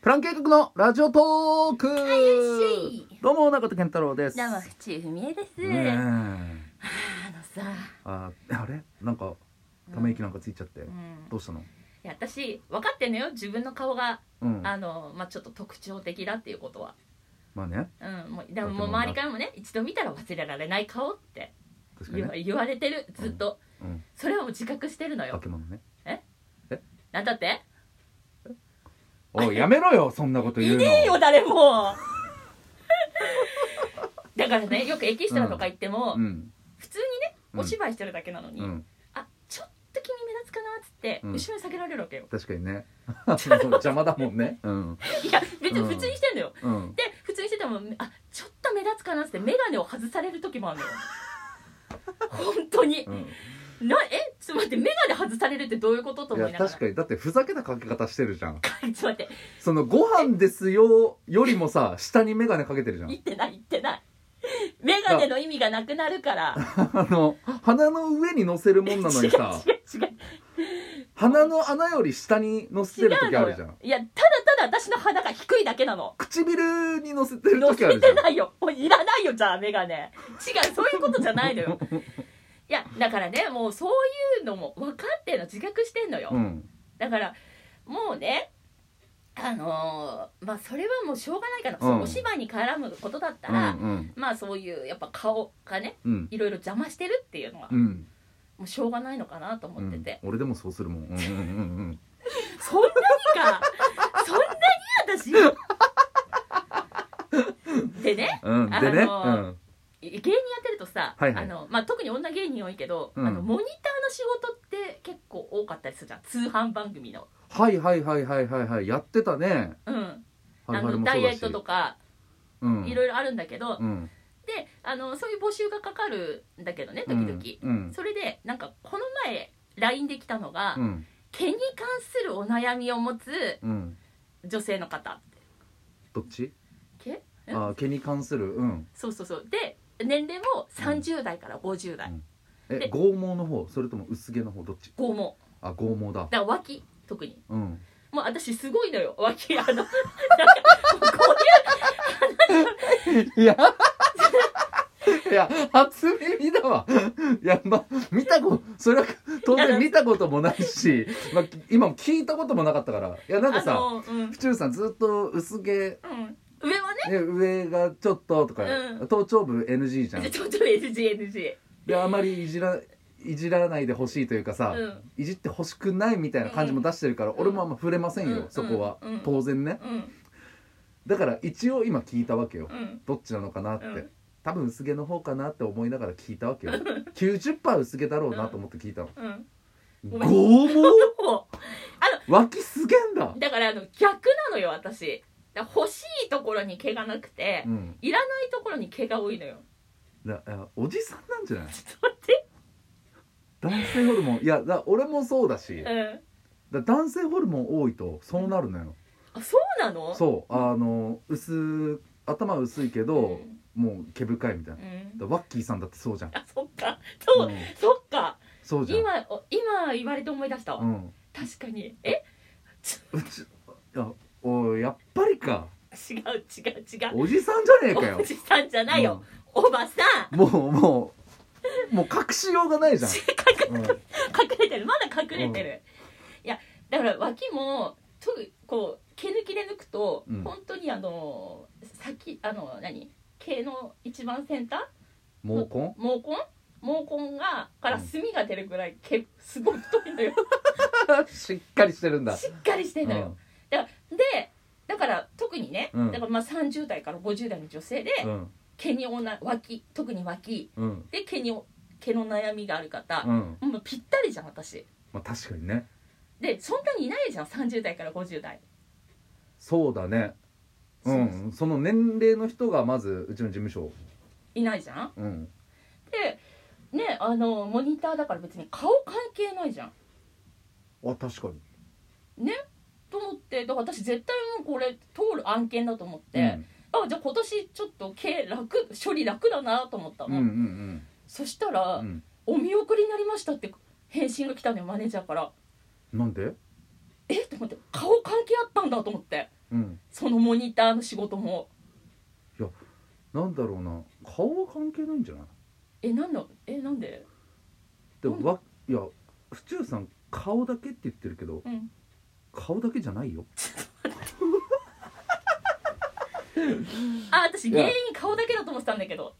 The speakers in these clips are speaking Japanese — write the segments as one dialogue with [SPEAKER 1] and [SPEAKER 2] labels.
[SPEAKER 1] プラン計画のラジオトーク、
[SPEAKER 2] いよっしゃい
[SPEAKER 1] どうも中田健太郎です
[SPEAKER 2] どうも、府中文江です。
[SPEAKER 1] ねえ
[SPEAKER 2] あのさ、
[SPEAKER 1] ああれなんかため息なんかついちゃって、
[SPEAKER 2] うん、
[SPEAKER 1] どうしたの
[SPEAKER 2] いや私分かってんのよ自分の顔が、
[SPEAKER 1] うん
[SPEAKER 2] あのまあちょっと特徴的だっていうことは、
[SPEAKER 1] まあね
[SPEAKER 2] うん、もうでも
[SPEAKER 1] だって
[SPEAKER 2] もう
[SPEAKER 1] もうな
[SPEAKER 2] 周りからもね一度見たら忘れられない顔って
[SPEAKER 1] 確か
[SPEAKER 2] 言
[SPEAKER 1] に
[SPEAKER 2] わ,、
[SPEAKER 1] ね
[SPEAKER 2] 言われてるずっと、
[SPEAKER 1] うん
[SPEAKER 2] それはもう自覚してるの
[SPEAKER 1] 化
[SPEAKER 2] よ
[SPEAKER 1] け物ね
[SPEAKER 2] なんだって
[SPEAKER 1] おいやめろよそんなこと
[SPEAKER 2] い
[SPEAKER 1] 言うの
[SPEAKER 2] ねえよ誰も だからねよくエキストラとか行っても、
[SPEAKER 1] うん
[SPEAKER 2] 普通にね
[SPEAKER 1] うん
[SPEAKER 2] お芝居してるだけなのに、
[SPEAKER 1] うん
[SPEAKER 2] あちょっと君目立つかなっつって、
[SPEAKER 1] うん
[SPEAKER 2] 後ろに下げられるわけよ
[SPEAKER 1] 確かに ね邪魔だもんねうん
[SPEAKER 2] いや別に普通にしてんのよ、
[SPEAKER 1] うん
[SPEAKER 2] で普通にしててもあちょっと目立つかなっつって眼鏡を外される時もあるのよ 本当に、
[SPEAKER 1] うん
[SPEAKER 2] なえちょっと待って眼鏡外されるってどういうことと
[SPEAKER 1] い
[SPEAKER 2] 思い
[SPEAKER 1] や
[SPEAKER 2] ながら
[SPEAKER 1] 確かにだってふざけたかけ方してるじゃん
[SPEAKER 2] ちょっと待って
[SPEAKER 1] そのご飯ですよよりもさ下に眼鏡かけてるじゃん
[SPEAKER 2] 言ってない言ってない眼鏡の意味がなくなるから
[SPEAKER 1] あの鼻の上に乗せるもんなのにさ
[SPEAKER 2] 違う違う
[SPEAKER 1] 鼻の穴より下に乗せ
[SPEAKER 2] 違う違
[SPEAKER 1] て
[SPEAKER 2] う
[SPEAKER 1] る時あるじ
[SPEAKER 2] の
[SPEAKER 1] ゃ
[SPEAKER 2] よ
[SPEAKER 1] ん
[SPEAKER 2] いやただただ私の鼻が低いだけなの
[SPEAKER 1] 唇に乗せてる
[SPEAKER 2] 乗
[SPEAKER 1] 時あ
[SPEAKER 2] せ
[SPEAKER 1] るじゃ
[SPEAKER 2] て
[SPEAKER 1] ん
[SPEAKER 2] ないよもういらないよじゃあ眼鏡違うそういうことじゃない のよいやだからねもうそういうのも分かってんの自覚してんのよ、
[SPEAKER 1] うん
[SPEAKER 2] だからもうねあのーまあそれはもうしょうがないかな、
[SPEAKER 1] うん
[SPEAKER 2] お芝居に絡むことだった
[SPEAKER 1] うんう
[SPEAKER 2] ら、
[SPEAKER 1] ん
[SPEAKER 2] まあそういうやっぱ顔がね
[SPEAKER 1] うん
[SPEAKER 2] いろいろ邪魔してるっていうのは、
[SPEAKER 1] う
[SPEAKER 2] も
[SPEAKER 1] ん
[SPEAKER 2] うしょうがないのかなと
[SPEAKER 1] う
[SPEAKER 2] 思って
[SPEAKER 1] ん
[SPEAKER 2] て、
[SPEAKER 1] 俺でもそうするもんうんうんうん
[SPEAKER 2] そんなに かそんなに私でね
[SPEAKER 1] うんうんでね
[SPEAKER 2] あ
[SPEAKER 1] う
[SPEAKER 2] の
[SPEAKER 1] ん
[SPEAKER 2] 芸人やってるとさ、
[SPEAKER 1] はいはい
[SPEAKER 2] あのまあ、特に女芸人多いけど、
[SPEAKER 1] うん
[SPEAKER 2] あのモニターの仕事って結構多かったりするじゃん通販番組の。
[SPEAKER 1] はいはいはいはいはいはいやってたね
[SPEAKER 2] うん、
[SPEAKER 1] は
[SPEAKER 2] あ
[SPEAKER 1] るはる
[SPEAKER 2] の
[SPEAKER 1] も
[SPEAKER 2] ダ
[SPEAKER 1] そう
[SPEAKER 2] イエ
[SPEAKER 1] だ
[SPEAKER 2] ッ
[SPEAKER 1] し
[SPEAKER 2] トとか
[SPEAKER 1] うん
[SPEAKER 2] いろいろあるんだけど、
[SPEAKER 1] うん
[SPEAKER 2] であのそういう募集がかかるんだけどね
[SPEAKER 1] う
[SPEAKER 2] 時
[SPEAKER 1] ん
[SPEAKER 2] 々、
[SPEAKER 1] うん
[SPEAKER 2] それでなんかこの前 LINE で来たのが、
[SPEAKER 1] うん
[SPEAKER 2] 毛に関するお悩みを持つ
[SPEAKER 1] うん
[SPEAKER 2] 女性の方
[SPEAKER 1] どっち
[SPEAKER 2] 毛え
[SPEAKER 1] あ毛に関するうん
[SPEAKER 2] そうそうそうで年齢も30代から50代、
[SPEAKER 1] え
[SPEAKER 2] で
[SPEAKER 1] 剛毛の方それとも薄毛の方どっち
[SPEAKER 2] 剛毛
[SPEAKER 1] あ剛毛だ
[SPEAKER 2] だから脇特に
[SPEAKER 1] うん
[SPEAKER 2] もう私すごいのよ脇 あのなんかこ
[SPEAKER 1] いや いや初耳だわいやま見たことそれは当然見たこともないし、ま、今も聞いたこともなかったからいや
[SPEAKER 2] う
[SPEAKER 1] なん
[SPEAKER 2] い
[SPEAKER 1] か
[SPEAKER 2] うあ
[SPEAKER 1] さ
[SPEAKER 2] の、うんうん
[SPEAKER 1] 府、中さんずっと薄毛、
[SPEAKER 2] 上はね
[SPEAKER 1] ね、上がちょっととか、
[SPEAKER 2] うん
[SPEAKER 1] 頭頂部 NG じゃん
[SPEAKER 2] ちょっと SGNG
[SPEAKER 1] であまりいじらいじらないでほしいというかさ、
[SPEAKER 2] うん
[SPEAKER 1] いじってほしくないみたいな感じも出してるから、
[SPEAKER 2] ん
[SPEAKER 1] 俺もあんま触れませんよ、
[SPEAKER 2] うん
[SPEAKER 1] そこは、
[SPEAKER 2] うん
[SPEAKER 1] 当然ね
[SPEAKER 2] うん
[SPEAKER 1] だから一応今聞いたわけよ、
[SPEAKER 2] うん
[SPEAKER 1] どっちなのかなって、
[SPEAKER 2] うん
[SPEAKER 1] 多分薄毛の方かなって思いながら聞いたわ けよ90%薄毛だろうなと思って聞いたの
[SPEAKER 2] うんごめん
[SPEAKER 1] 剛毛
[SPEAKER 2] もう
[SPEAKER 1] 脇すげえん だ
[SPEAKER 2] だからあの逆なのよ私だから欲しいところに毛がなくて、
[SPEAKER 1] うん
[SPEAKER 2] いらないところに毛が多いのよ
[SPEAKER 1] だあおじさんなんじゃない
[SPEAKER 2] ちょっと待って
[SPEAKER 1] 男性ホルモンいやだ俺もそうだし
[SPEAKER 2] うん
[SPEAKER 1] だ男性ホルモン多いとそうなるのよ
[SPEAKER 2] あそうなの
[SPEAKER 1] そうあの薄頭薄いけど、もう毛深いみたいな
[SPEAKER 2] う、ん
[SPEAKER 1] だワッキーさんだってそうじゃん、
[SPEAKER 2] あそっかそう、
[SPEAKER 1] うん
[SPEAKER 2] そっか
[SPEAKER 1] そうじゃん
[SPEAKER 2] 今お今言われて思い出したわ、
[SPEAKER 1] うん
[SPEAKER 2] 確かにえ
[SPEAKER 1] うちあおいやっぱりか
[SPEAKER 2] 違う違う違う
[SPEAKER 1] おじさんじゃねえかよ
[SPEAKER 2] おじさんじゃないよ、おばさん
[SPEAKER 1] もうもうもう隠しようがないじゃん、うん
[SPEAKER 2] 隠れてるまだ隠れてる、いやだから脇もとこう毛抜きで抜くと、
[SPEAKER 1] うん
[SPEAKER 2] 本当にあの先あの何毛の一番先端
[SPEAKER 1] 毛根
[SPEAKER 2] 毛根毛根がから墨が出るぐらい毛すごい太いのよ
[SPEAKER 1] しっかりして るんだ
[SPEAKER 2] しっかりしてんのよ、でだから特にね、
[SPEAKER 1] うん
[SPEAKER 2] だからまあ30代から50代の女性で、
[SPEAKER 1] うん
[SPEAKER 2] 毛におな脇特に脇
[SPEAKER 1] うん
[SPEAKER 2] で毛にお毛の悩みがある方
[SPEAKER 1] う、ん
[SPEAKER 2] もうぴったりじゃん私
[SPEAKER 1] まあ確かにね
[SPEAKER 2] でそんなにいないじゃん30代から50代
[SPEAKER 1] そうだねう
[SPEAKER 2] そ
[SPEAKER 1] んその年齢の人がまずうちの事務所
[SPEAKER 2] いないじゃん
[SPEAKER 1] うん
[SPEAKER 2] でねあのモニターだから別に顔関係ないじゃん
[SPEAKER 1] あ確かに
[SPEAKER 2] と思ってだから私絶対もうこれ通る案件だと思って、
[SPEAKER 1] うん
[SPEAKER 2] あじゃあ今年ちょっと毛楽処理楽だなと思った
[SPEAKER 1] うん
[SPEAKER 2] の、
[SPEAKER 1] うん
[SPEAKER 2] そした
[SPEAKER 1] う
[SPEAKER 2] ら、
[SPEAKER 1] んうん
[SPEAKER 2] お見送りになりました」って返信が来たのよマネージャーから
[SPEAKER 1] なんで
[SPEAKER 2] えっと思って顔関係あったんだと思って
[SPEAKER 1] うん
[SPEAKER 2] このモニターの仕事も
[SPEAKER 1] なんだろうな顔は関係ないんじゃない
[SPEAKER 2] えなんだえなんで
[SPEAKER 1] でもわいや府中さん顔だけって言ってるけど
[SPEAKER 2] うん
[SPEAKER 1] 顔だけじゃないよ
[SPEAKER 2] あ私原因顔だけだと思ってたんだけど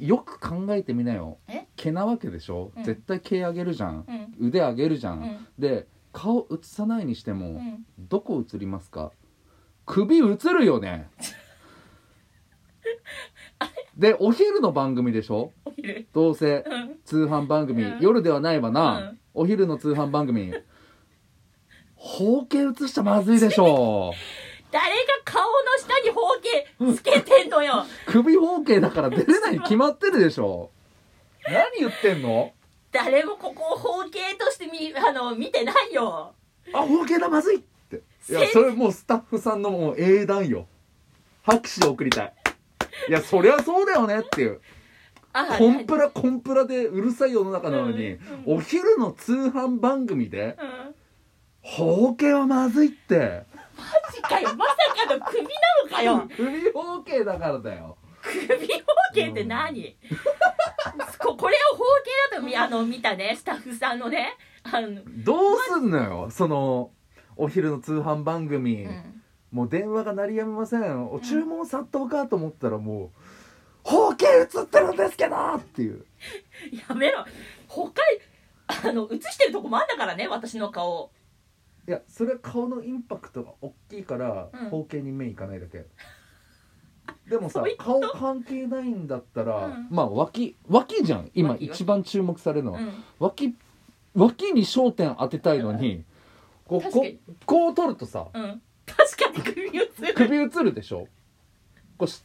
[SPEAKER 1] よく考えてみなよ
[SPEAKER 2] え
[SPEAKER 1] 毛なわけでしょ、
[SPEAKER 2] うん
[SPEAKER 1] 絶対毛上げるじゃん
[SPEAKER 2] うん
[SPEAKER 1] 腕上げるじゃ、
[SPEAKER 2] うんん
[SPEAKER 1] で顔映さないにしても、
[SPEAKER 2] うん
[SPEAKER 1] どこ映りますか首映るよ ねでお昼の番組でしょ
[SPEAKER 2] お昼
[SPEAKER 1] どうせ
[SPEAKER 2] うん
[SPEAKER 1] 通販番組、
[SPEAKER 2] うん
[SPEAKER 1] 夜ではないわな、
[SPEAKER 2] うん
[SPEAKER 1] お昼の通販番組包茎映しちゃまずいでし ょ
[SPEAKER 2] 誰が顔の下に包茎つけてんのよ
[SPEAKER 1] 首包茎だから出れないに決まってるでしょ何言ってんの
[SPEAKER 2] 誰もここを包茎として見あの見てないよ
[SPEAKER 1] あ包茎だまずいっていや
[SPEAKER 2] せ
[SPEAKER 1] それもうスタッフさんのもう英断よ拍手を送りたいいやそりゃそうだよねっていう
[SPEAKER 2] あ
[SPEAKER 1] コンプラコンプラでうるさい世の中なのに、
[SPEAKER 2] うん
[SPEAKER 1] お昼の通販番組で
[SPEAKER 2] うん
[SPEAKER 1] 包茎はまずいって
[SPEAKER 2] マジかよまさかの首なの かよ
[SPEAKER 1] 首包茎だからだよ
[SPEAKER 2] 首包茎って何、ここれを包茎だとみあの見たねスタッフさんのねあの、
[SPEAKER 1] どうすんのよそのお昼の通販番組、
[SPEAKER 2] うん
[SPEAKER 1] もう電話が鳴りやみませんお注文殺到かと思ったらもう「包茎映ってるんですけど!」っていう
[SPEAKER 2] やめろ他あの映してるとこもあんだからね私の顔
[SPEAKER 1] いやそれは顔のインパクトが大きいから
[SPEAKER 2] うん
[SPEAKER 1] 包茎に目いかないだけ、 でもさ
[SPEAKER 2] そういうこ
[SPEAKER 1] 顔
[SPEAKER 2] と
[SPEAKER 1] 関係ないんだったら、
[SPEAKER 2] うん
[SPEAKER 1] まあ脇脇じゃん今
[SPEAKER 2] 脇脇
[SPEAKER 1] 一番注目されるの
[SPEAKER 2] う
[SPEAKER 1] は、
[SPEAKER 2] ん
[SPEAKER 1] 脇脇に焦点当てたいのに、こう
[SPEAKER 2] 確
[SPEAKER 1] こ
[SPEAKER 2] かに
[SPEAKER 1] うこう取るとさ
[SPEAKER 2] うん確かに首映る
[SPEAKER 1] 首映るでしょこうし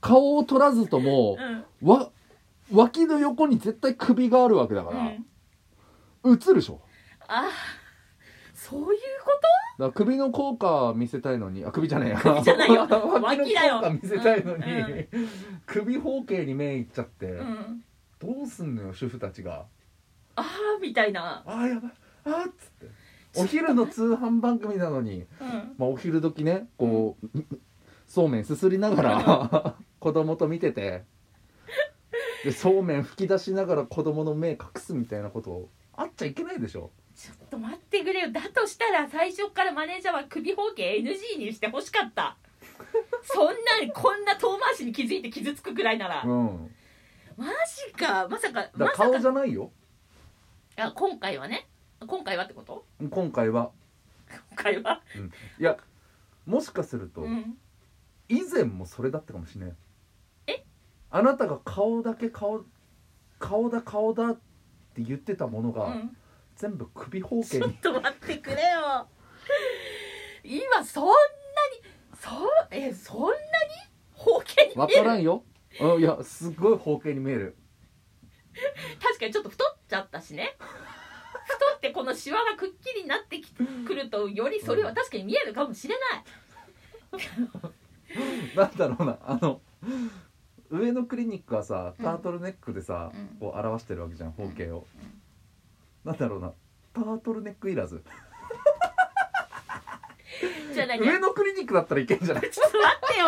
[SPEAKER 1] 顔を取らずとも
[SPEAKER 2] う、ん
[SPEAKER 1] わ脇の横に絶対首があるわけだか
[SPEAKER 2] う
[SPEAKER 1] ら、
[SPEAKER 2] ん
[SPEAKER 1] 映るでしょ
[SPEAKER 2] あそういうこ
[SPEAKER 1] だから首の効果見せたいのにあ首じゃねえや
[SPEAKER 2] じゃない よ
[SPEAKER 1] 脇
[SPEAKER 2] 脇
[SPEAKER 1] の
[SPEAKER 2] だよ
[SPEAKER 1] 効果見せたいのに、
[SPEAKER 2] うんうん
[SPEAKER 1] 首包茎に目いっちゃって、
[SPEAKER 2] と、うん、
[SPEAKER 1] どうすんのよ主婦たちが
[SPEAKER 2] ああみたいな、
[SPEAKER 1] あーやばいあーっつってお昼の通販番組なのに、
[SPEAKER 2] うん、
[SPEAKER 1] まあ、お昼時ねこう、そうめんすすりなが ら子供と見ててでそうめん吹き出しながら子供の目隠すみたいなことをあっちゃいけないでしょ
[SPEAKER 2] ちょっと待ってくれよだとしたら最初からマネージャーは首包茎 NG にしてほしかった そんなこんな遠回しに気づいて傷つくくらいなら、
[SPEAKER 1] うん
[SPEAKER 2] マジかまさか
[SPEAKER 1] だ
[SPEAKER 2] ま
[SPEAKER 1] から
[SPEAKER 2] さ
[SPEAKER 1] 顔
[SPEAKER 2] か
[SPEAKER 1] じゃないよ
[SPEAKER 2] あ今回はね今回はってこと
[SPEAKER 1] 今回は
[SPEAKER 2] 今回は、
[SPEAKER 1] いやもしかすると、
[SPEAKER 2] うん、
[SPEAKER 1] 以前もそれだったかもしれない
[SPEAKER 2] え
[SPEAKER 1] あなたが顔だけ顔顔だ顔だって言ってたもの
[SPEAKER 2] う
[SPEAKER 1] が、
[SPEAKER 2] ん、
[SPEAKER 1] 全部首包
[SPEAKER 2] ち
[SPEAKER 1] 茎
[SPEAKER 2] ょっ
[SPEAKER 1] に
[SPEAKER 2] と待ってくれよ今そんなにそえそんなに包茎 に見える
[SPEAKER 1] 分からんよあいやすごい包茎に見える
[SPEAKER 2] 確かにちょっと太っちゃったし ね太ってこのシワがくっきりになってきくるとよりそれは確かに見えるかもしれない
[SPEAKER 1] なんだろうなあの上のクリニックはさ
[SPEAKER 2] うん
[SPEAKER 1] タートルネックでさ、
[SPEAKER 2] うん
[SPEAKER 1] こう表してるわけじゃん包茎を、なんだろうなタートルネックいらず
[SPEAKER 2] じゃあ何ちょっ
[SPEAKER 1] 上のクリニックだったらいけんじゃない
[SPEAKER 2] と待ってよ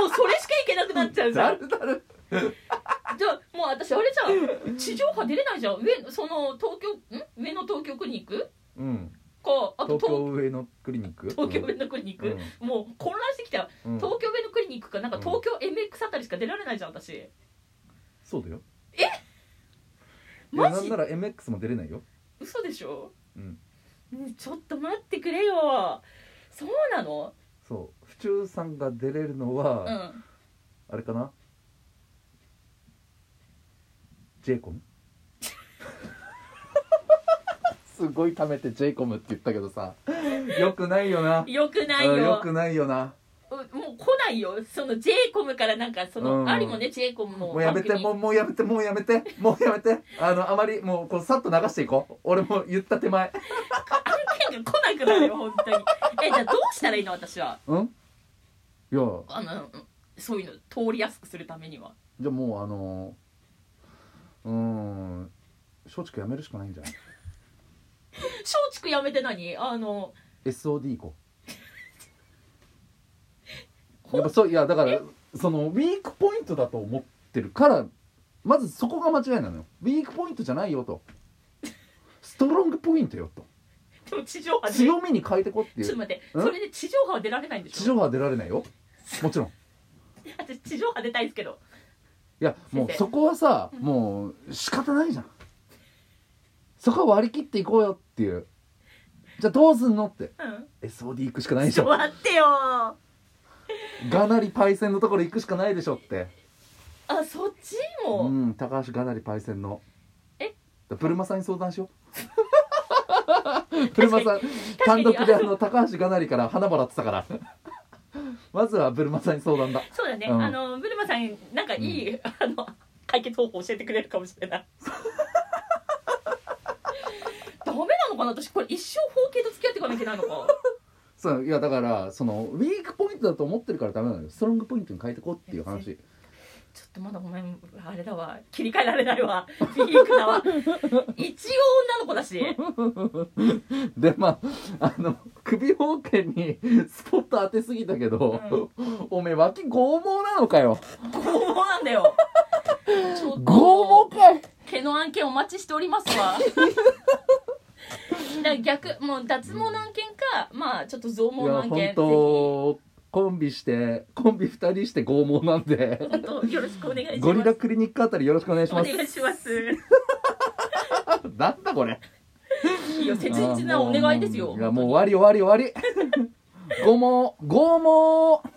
[SPEAKER 2] もうそれしかいけな くなっちゃうじ ゃ
[SPEAKER 1] だ
[SPEAKER 2] ん
[SPEAKER 1] るだる
[SPEAKER 2] じゃあもう私あれじゃん地上波出れないじゃん上その東京ん上の東京クリニック
[SPEAKER 1] うん
[SPEAKER 2] かあと
[SPEAKER 1] 東
[SPEAKER 2] 東
[SPEAKER 1] 京上のクリニック
[SPEAKER 2] 東京上のクリニック、もう混乱してきたよ、
[SPEAKER 1] うんうん
[SPEAKER 2] 東京上のクリニックかなんか東京 MX あたりしか出られないじゃん私
[SPEAKER 1] そうだよえ
[SPEAKER 2] マ
[SPEAKER 1] な
[SPEAKER 2] ジ
[SPEAKER 1] んなら MX も出れないよ
[SPEAKER 2] 嘘でしょ
[SPEAKER 1] うん
[SPEAKER 2] うんちょっと待ってくれよそうなの
[SPEAKER 1] そう府中さんが出れるの
[SPEAKER 2] う
[SPEAKER 1] は、
[SPEAKER 2] ん
[SPEAKER 1] あれかなジェイコム すごい溜めてジェイコムって言ったけどさよくないよな
[SPEAKER 2] よくない
[SPEAKER 1] うんよ
[SPEAKER 2] よ
[SPEAKER 1] くないよな
[SPEAKER 2] うもう来ないよその j イコムからなんかその、
[SPEAKER 1] うん
[SPEAKER 2] ありもね j イコムも
[SPEAKER 1] もうやめて
[SPEAKER 2] 番組
[SPEAKER 1] もうもうやめてもうやめてもうやめてあのあまりもうこうさっと流していこう俺も言った手前
[SPEAKER 2] 案件が来なくなるよ本当にえじゃあどうしたらいいの私は
[SPEAKER 1] うんいや
[SPEAKER 2] あのうんそういうの通りやすくするためには
[SPEAKER 1] じゃあもうあのうーん松竹やめるしかないんじゃない
[SPEAKER 2] 松竹やめて何あの
[SPEAKER 1] SOD 行こやっぱそういやだからそのウィークポイントだと思ってるからまずそこが間違いなのよウィークポイントじゃないよとストロングポイントよと
[SPEAKER 2] でも地上波でちょ
[SPEAKER 1] 強みに変えてこってい
[SPEAKER 2] っと
[SPEAKER 1] う
[SPEAKER 2] 待って
[SPEAKER 1] うん
[SPEAKER 2] それで地上波は出られないんで
[SPEAKER 1] 地
[SPEAKER 2] しょ
[SPEAKER 1] 上波は出られないよもちろんい
[SPEAKER 2] 私地上波出たいんですけど
[SPEAKER 1] やもう
[SPEAKER 2] 先生
[SPEAKER 1] そこはさもう仕方ないじゃんそこは割り切っていこうよっていうじゃあどうすんのって
[SPEAKER 2] うん、
[SPEAKER 1] SOD 行くしかないでし
[SPEAKER 2] ちょっ
[SPEAKER 1] ょ
[SPEAKER 2] と待ってよあ
[SPEAKER 1] がなりパイセンのところ行くしかないでしょって
[SPEAKER 2] そっち
[SPEAKER 1] う
[SPEAKER 2] も、
[SPEAKER 1] ん高橋がなりパイセンの
[SPEAKER 2] え
[SPEAKER 1] プルマさんに相談しよ うプルマさん
[SPEAKER 2] か
[SPEAKER 1] 単
[SPEAKER 2] に
[SPEAKER 1] 独であの高橋がなりから花もらってたから まずはブルマさんに相談だ
[SPEAKER 2] そうだね、
[SPEAKER 1] うん
[SPEAKER 2] あのブルマさんなんかいい、あの解決方法教えてくれるかもしれない ダメなのかな私これ一生包茎と付き合っていかなきゃいけないのか
[SPEAKER 1] そういやだからそのウィークポイントだと思ってるからダメなのよストロングポイントに変えてこうっていう話
[SPEAKER 2] ちょっとまだごめんあれだわ切り替えられないわピークだわ一応女の子だし
[SPEAKER 1] でまああの首方形にスポット当てすぎたけど、おめえ脇剛毛なのかよ
[SPEAKER 2] 拷問なんだよちょっと
[SPEAKER 1] 剛毛かい
[SPEAKER 2] 毛の案件お待ちしておりますわだから逆もう脱毛の案件かまあちょっと増
[SPEAKER 1] い
[SPEAKER 2] 毛の
[SPEAKER 1] や
[SPEAKER 2] 案
[SPEAKER 1] 本
[SPEAKER 2] 件ぜ
[SPEAKER 1] 当コンビしてコンビ2人して剛毛なん で
[SPEAKER 2] ひ本当よろしくお願いします
[SPEAKER 1] ゴリラクリニックあたりよろしくお願いし
[SPEAKER 2] お
[SPEAKER 1] ます
[SPEAKER 2] 願いします
[SPEAKER 1] なんだこれ
[SPEAKER 2] いいよ切実なお願いですよ
[SPEAKER 1] い やもう終わり終わり終わり剛毛剛毛